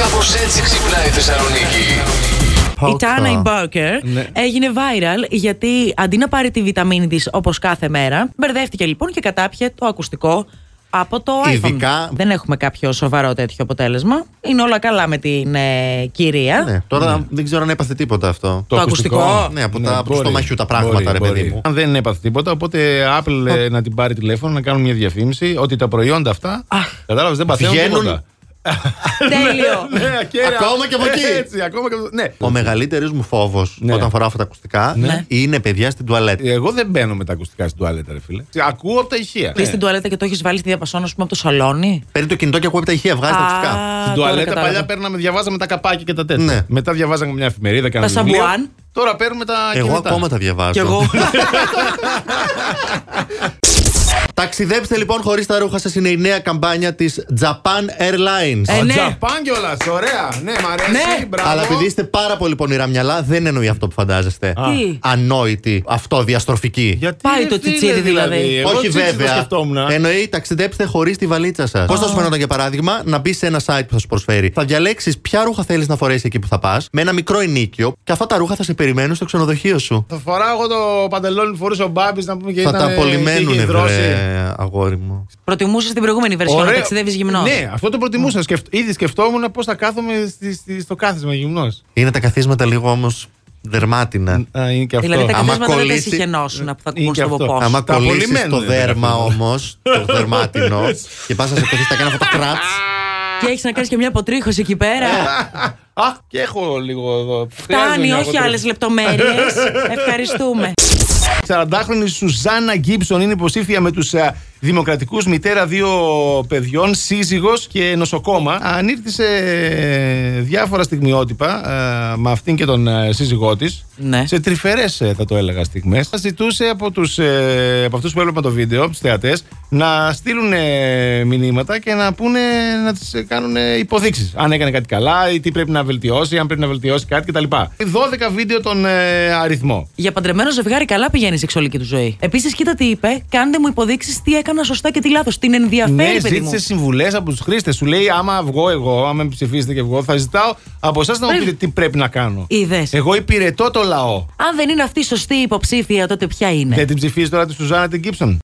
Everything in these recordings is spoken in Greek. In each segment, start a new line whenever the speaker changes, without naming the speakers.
Κάπως έτσι ξυπνάει η Θεσσαλονίκη.
Πάω
Η Τάνα η
τα-
Μπάρκερ
Ναι.
έγινε viral γιατί αντί να πάρει τη βιταμίνη της όπως κάθε μέρα, μπερδεύτηκε λοιπόν και κατάπιε το ακουστικό από το iPhone.
Ειδικά-
Δεν έχουμε κάποιο σοβαρό τέτοιο αποτέλεσμα. Είναι όλα καλά με την ε, κυρία.
Ναι, τώρα δεν ξέρω αν έπαθε τίποτα αυτό.
Το ακουστικό.
Ναι, από τα- από το
μπορεί,
στομαχιού τα πράγματα, ρε παιδί μου.
Αν δεν έπαθε τίποτα, οπότε Apple ε, να την πάρει τηλέφωνο, να κάνουν μια διαφήμιση ότι τα προϊόντα αυτά. Κατάλαβες, δεν παθαίνουν
Βγαίνουν.
τίποτα.
Τέλειο.
Ναι, ακέραια.
Ακόμα και από εκεί.
Έτσι, ακόμα και από Ναι.
Ο μεγαλύτερος μου φόβος
Ναι. Ε-
όταν φοράω αυτά τα ακουστικά
Ναι.
είναι παιδιά στην τουαλέτα.
Εγώ δεν μπαίνω με τα ακουστικά στην τουαλέτα, ρε φίλε. Ακούω από τα ηχεία.
Πες στην τουαλέτα και το έχεις βάλει στη διαπασόνα, ας πούμε, από το σαλόνι.
Παίρνει το κινητό και ακούει από τα ηχεία, βγάζει τα
Α,
ακουστικά.
τώρα
Στην τουαλέτα
κατάλαβα.
παλιά παίρναμε, διαβάζαμε τα καπάκια και τα τέτοια.
Ναι.
Μετά διαβάζαμε μια εφημερίδα, κάναμε
Τα
βιβλίο.
σαμπουάν.
Τώρα παίρνουμε τα
Εγώ
κινητά.
ακόμα τα διαβάζω.
Κι εγώ.
Ταξιδέψτε λοιπόν χωρίς τα ρούχα σας είναι η νέα καμπάνια της Japan Airlines.
Ε, ναι.
Τζαπάν κιόλας, ωραία. Ναι, μ' αρέσει.
Ναι.
μπράβο.
Αλλά επειδή είστε πάρα πολύ πονηρά μυαλά, δεν εννοεί αυτό που φαντάζεστε.
Τι?
Ανόητη, αυτό, διαστροφική.
Γιατί,
Πάει
ρε
το
φίλε,
τσιτσίδι, δηλαδή.
Εγώ
Όχι
τσίτσι το
βέβαια.
σκεφτόμουν.
Εννοεί ταξιδέψτε χωρίς τη βαλίτσα σας. Πώς θα σου φαίνονταν για παράδειγμα να μπει σε ένα site που θα σου προσφέρει. Θα διαλέξεις ποια ρούχα θέλεις να φορέσεις εκεί που θα πας, με ένα μικρό ενίκιο και αυτά τα ρούχα θα σε περιμένουν στο ξενοδοχείο σου.
Θα φοράω εγώ το παντελόνι που φορούσε ο Μπάμπης να πούμε και
θα
ήταν,
τα
ε,
απολυμμένουν,
είχε δρόση.
βρε, αγόρι μου.
Προτιμούσες την προηγούμενη βερσιόν να
Ωραίο.
ταξιδεύεις γυμνός.
Ναι, αυτό το προτιμούσα. Σκεφ- Ήδη σκεφτόμουν πώς θα κάθομαι στη- στη- στο κάθισμα γυμνός.
Είναι τα καθίσματα λίγο όμως δερμάτινα.
Είναι και
Δηλαδή τα
Άμα
καθίσματα δεν τα
κολλήσει-
συχαινώσουν που θα
Είναι
κουμπούν
και
στο
αυτό.
βοπός σου.
Άμα-
Άμα
Τα
κολλήσεις το
απολυμμένουν,
δέρμα
ρε,
όμως, το δερμάτινο, και πας να σε κολλήσεις τα κάνει αυτό το κράτ.
Και έχεις να κάνεις και μια αποτρίχωση εκεί πέρα.
Ναι. Αχ, και έχω λίγο εδώ. Χρειάζομαι
Φτάνει,
μια
όχι
αποτρίχωση.
άλλες λεπτομέρειες. Ευχαριστούμε.
40χρονη Σουζάννα Γκίψον είναι υποψήφια με τους δημοκρατικούς μητέρα δύο παιδιών, σύζυγος και νοσοκόμα. Ανήρτησε ε, διάφορα στιγμιότυπα ε, με αυτήν και τον ε, σύζυγό της.
Ναι.
Σε τρυφερές, θα το έλεγα, στιγμές. Ζητούσε από, τους, ε, από αυτούς που έβλεπαν το βίντεο, τους θεατές, να στείλουν ε, μηνύματα και να πούνε να τις κάνουν υποδείξεις. Αν έκανε κάτι καλά ή τι πρέπει να βελτιώσει, αν πρέπει να βελτιώσει κάτι κτλ. 12 βίντεο τον ε, αριθμό.
Για παντρεμένο ζευγάρι, καλά πηγαίνει η σεξουαλική του ζωή. Επίσης, κοίτα τι είπε, κάντε μου υποδείξεις τι έκανα σωστά και τι λάθος. Την ενδιαφέρει,
Ναι,
παιδί μου.
ζήτησε συμβουλές από τους χρήστες. Σου λέει, άμα βγω εγώ, άμα με ψηφίσετε και εγώ, θα ζητάω από εσάς να μου
Πρέπει.
πείτε τι πρέπει να κάνω.
Είδες.
Εγώ υπηρετώ το λαό.
Αν δεν είναι αυτή η σωστή υποψήφια, τότε ποια είναι.
Δεν την ψηφίζει τώρα τη Σουζάνα την Κίψον.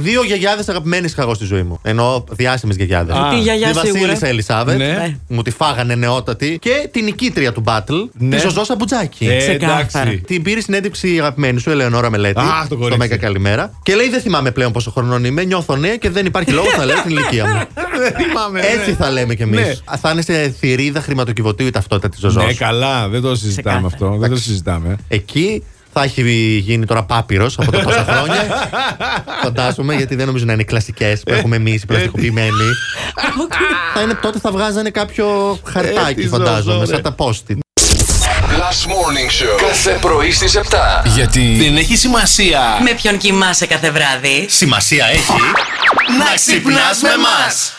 Δύο γιαγιάδες αγαπημένε είχα εγώ στη ζωή μου. Ενώ διάσημες γιαγιάδες.
Α,
Τη γιαγιά
Τη
σίγουρα.
Βασίλισσα Ελισάβετ.
Ναι.
Ναι.
Μου τη φάγανε νεότατη. Και την νικήτρια του Battle,
Ναι. Ε.
τη Ζωζό Σαμπουτζάκη.
ξεκάθαρα.
Την πήρε συνέντευξη η αγαπημένη σου, Ελεονόρα Μελέτη.
Αχ, το
στο
κορίτσι.
Μέγα Καλημέρα. Και λέει: Δεν θυμάμαι πλέον πόσο χρονών είμαι. Νιώθω νέα και δεν υπάρχει λόγο να λέω την ηλικία μου.
Δεν θυμάμαι.
Έτσι
ναι.
θα λέμε κι εμείς.
Ναι.
Θα είναι σε θηρίδα χρηματοκιβωτίου η ταυτότητα της Ζωζός.
Ναι, καλά, δεν το συζητάμε
Ξεκάθαρα.
αυτό. Δεν το συζητάμε.
Εκεί θα έχει γίνει τώρα πάπυρος από τα τόσα χρόνια. Φαντάζομαι, γιατί δεν νομίζω να είναι κλασικές που έχουμε εμείς οι πλαστικοποιημένοι. θα είναι, τότε θα βγάζανε κάποιο χαρτάκι,
Ε, τη
φαντάζομαι,
ζωζό,
σαν
ρε.
τα post
Last Morning Show. Κάθε πρωί στις 7.
Γιατί δεν έχει σημασία.
Με ποιον κοιμάσαι κάθε βράδυ.
Σημασία έχει
Να ξυπνάς με μας.